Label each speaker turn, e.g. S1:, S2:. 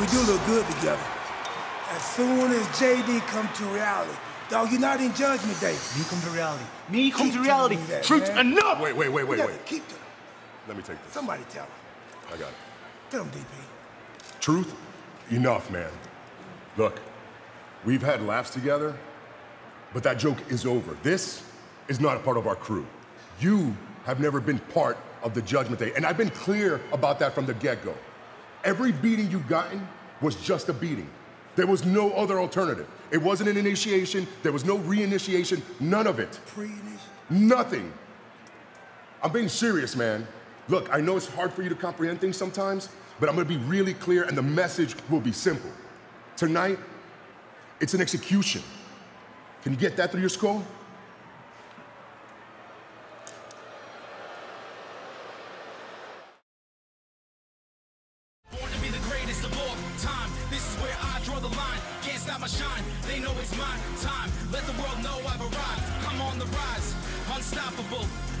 S1: we do look good together. As soon as JD come to reality, dog, you're not in judgment day.
S2: Me come to reality. Me come
S1: Keep
S2: to reality.
S1: telling me that,
S2: Truth
S1: man.
S2: enough.
S3: Wait, wait, wait, wait,
S1: Yeah,
S3: wait.
S1: Keep telling.
S3: Let me take this.
S1: Somebody tell him.
S3: I got it.
S1: Tell him, DP.
S3: Truth, enough, man. Look, we've had laughs together, but that joke is over. This is not a part of our crew. You have never been part of the Judgment Day, and I've been clear about that from the get go. Every beating you've gotten was just a beating. There was no other alternative. It wasn't an initiation, there was no reinitiation, none of it.
S1: Pre-initial.
S3: Nothing. I'm being serious, man. Look, I know it's hard for you to comprehend things sometimes, but I'm gonna be really clear and the message will be simple. Tonight, it's an execution. Can you get that through your skull?
S4: Born to be the greatest of all time. This is where I draw the line. Can't stop my shine. They know it's my time. Let the world know I've arrived. I'm on the rise. Unstoppable.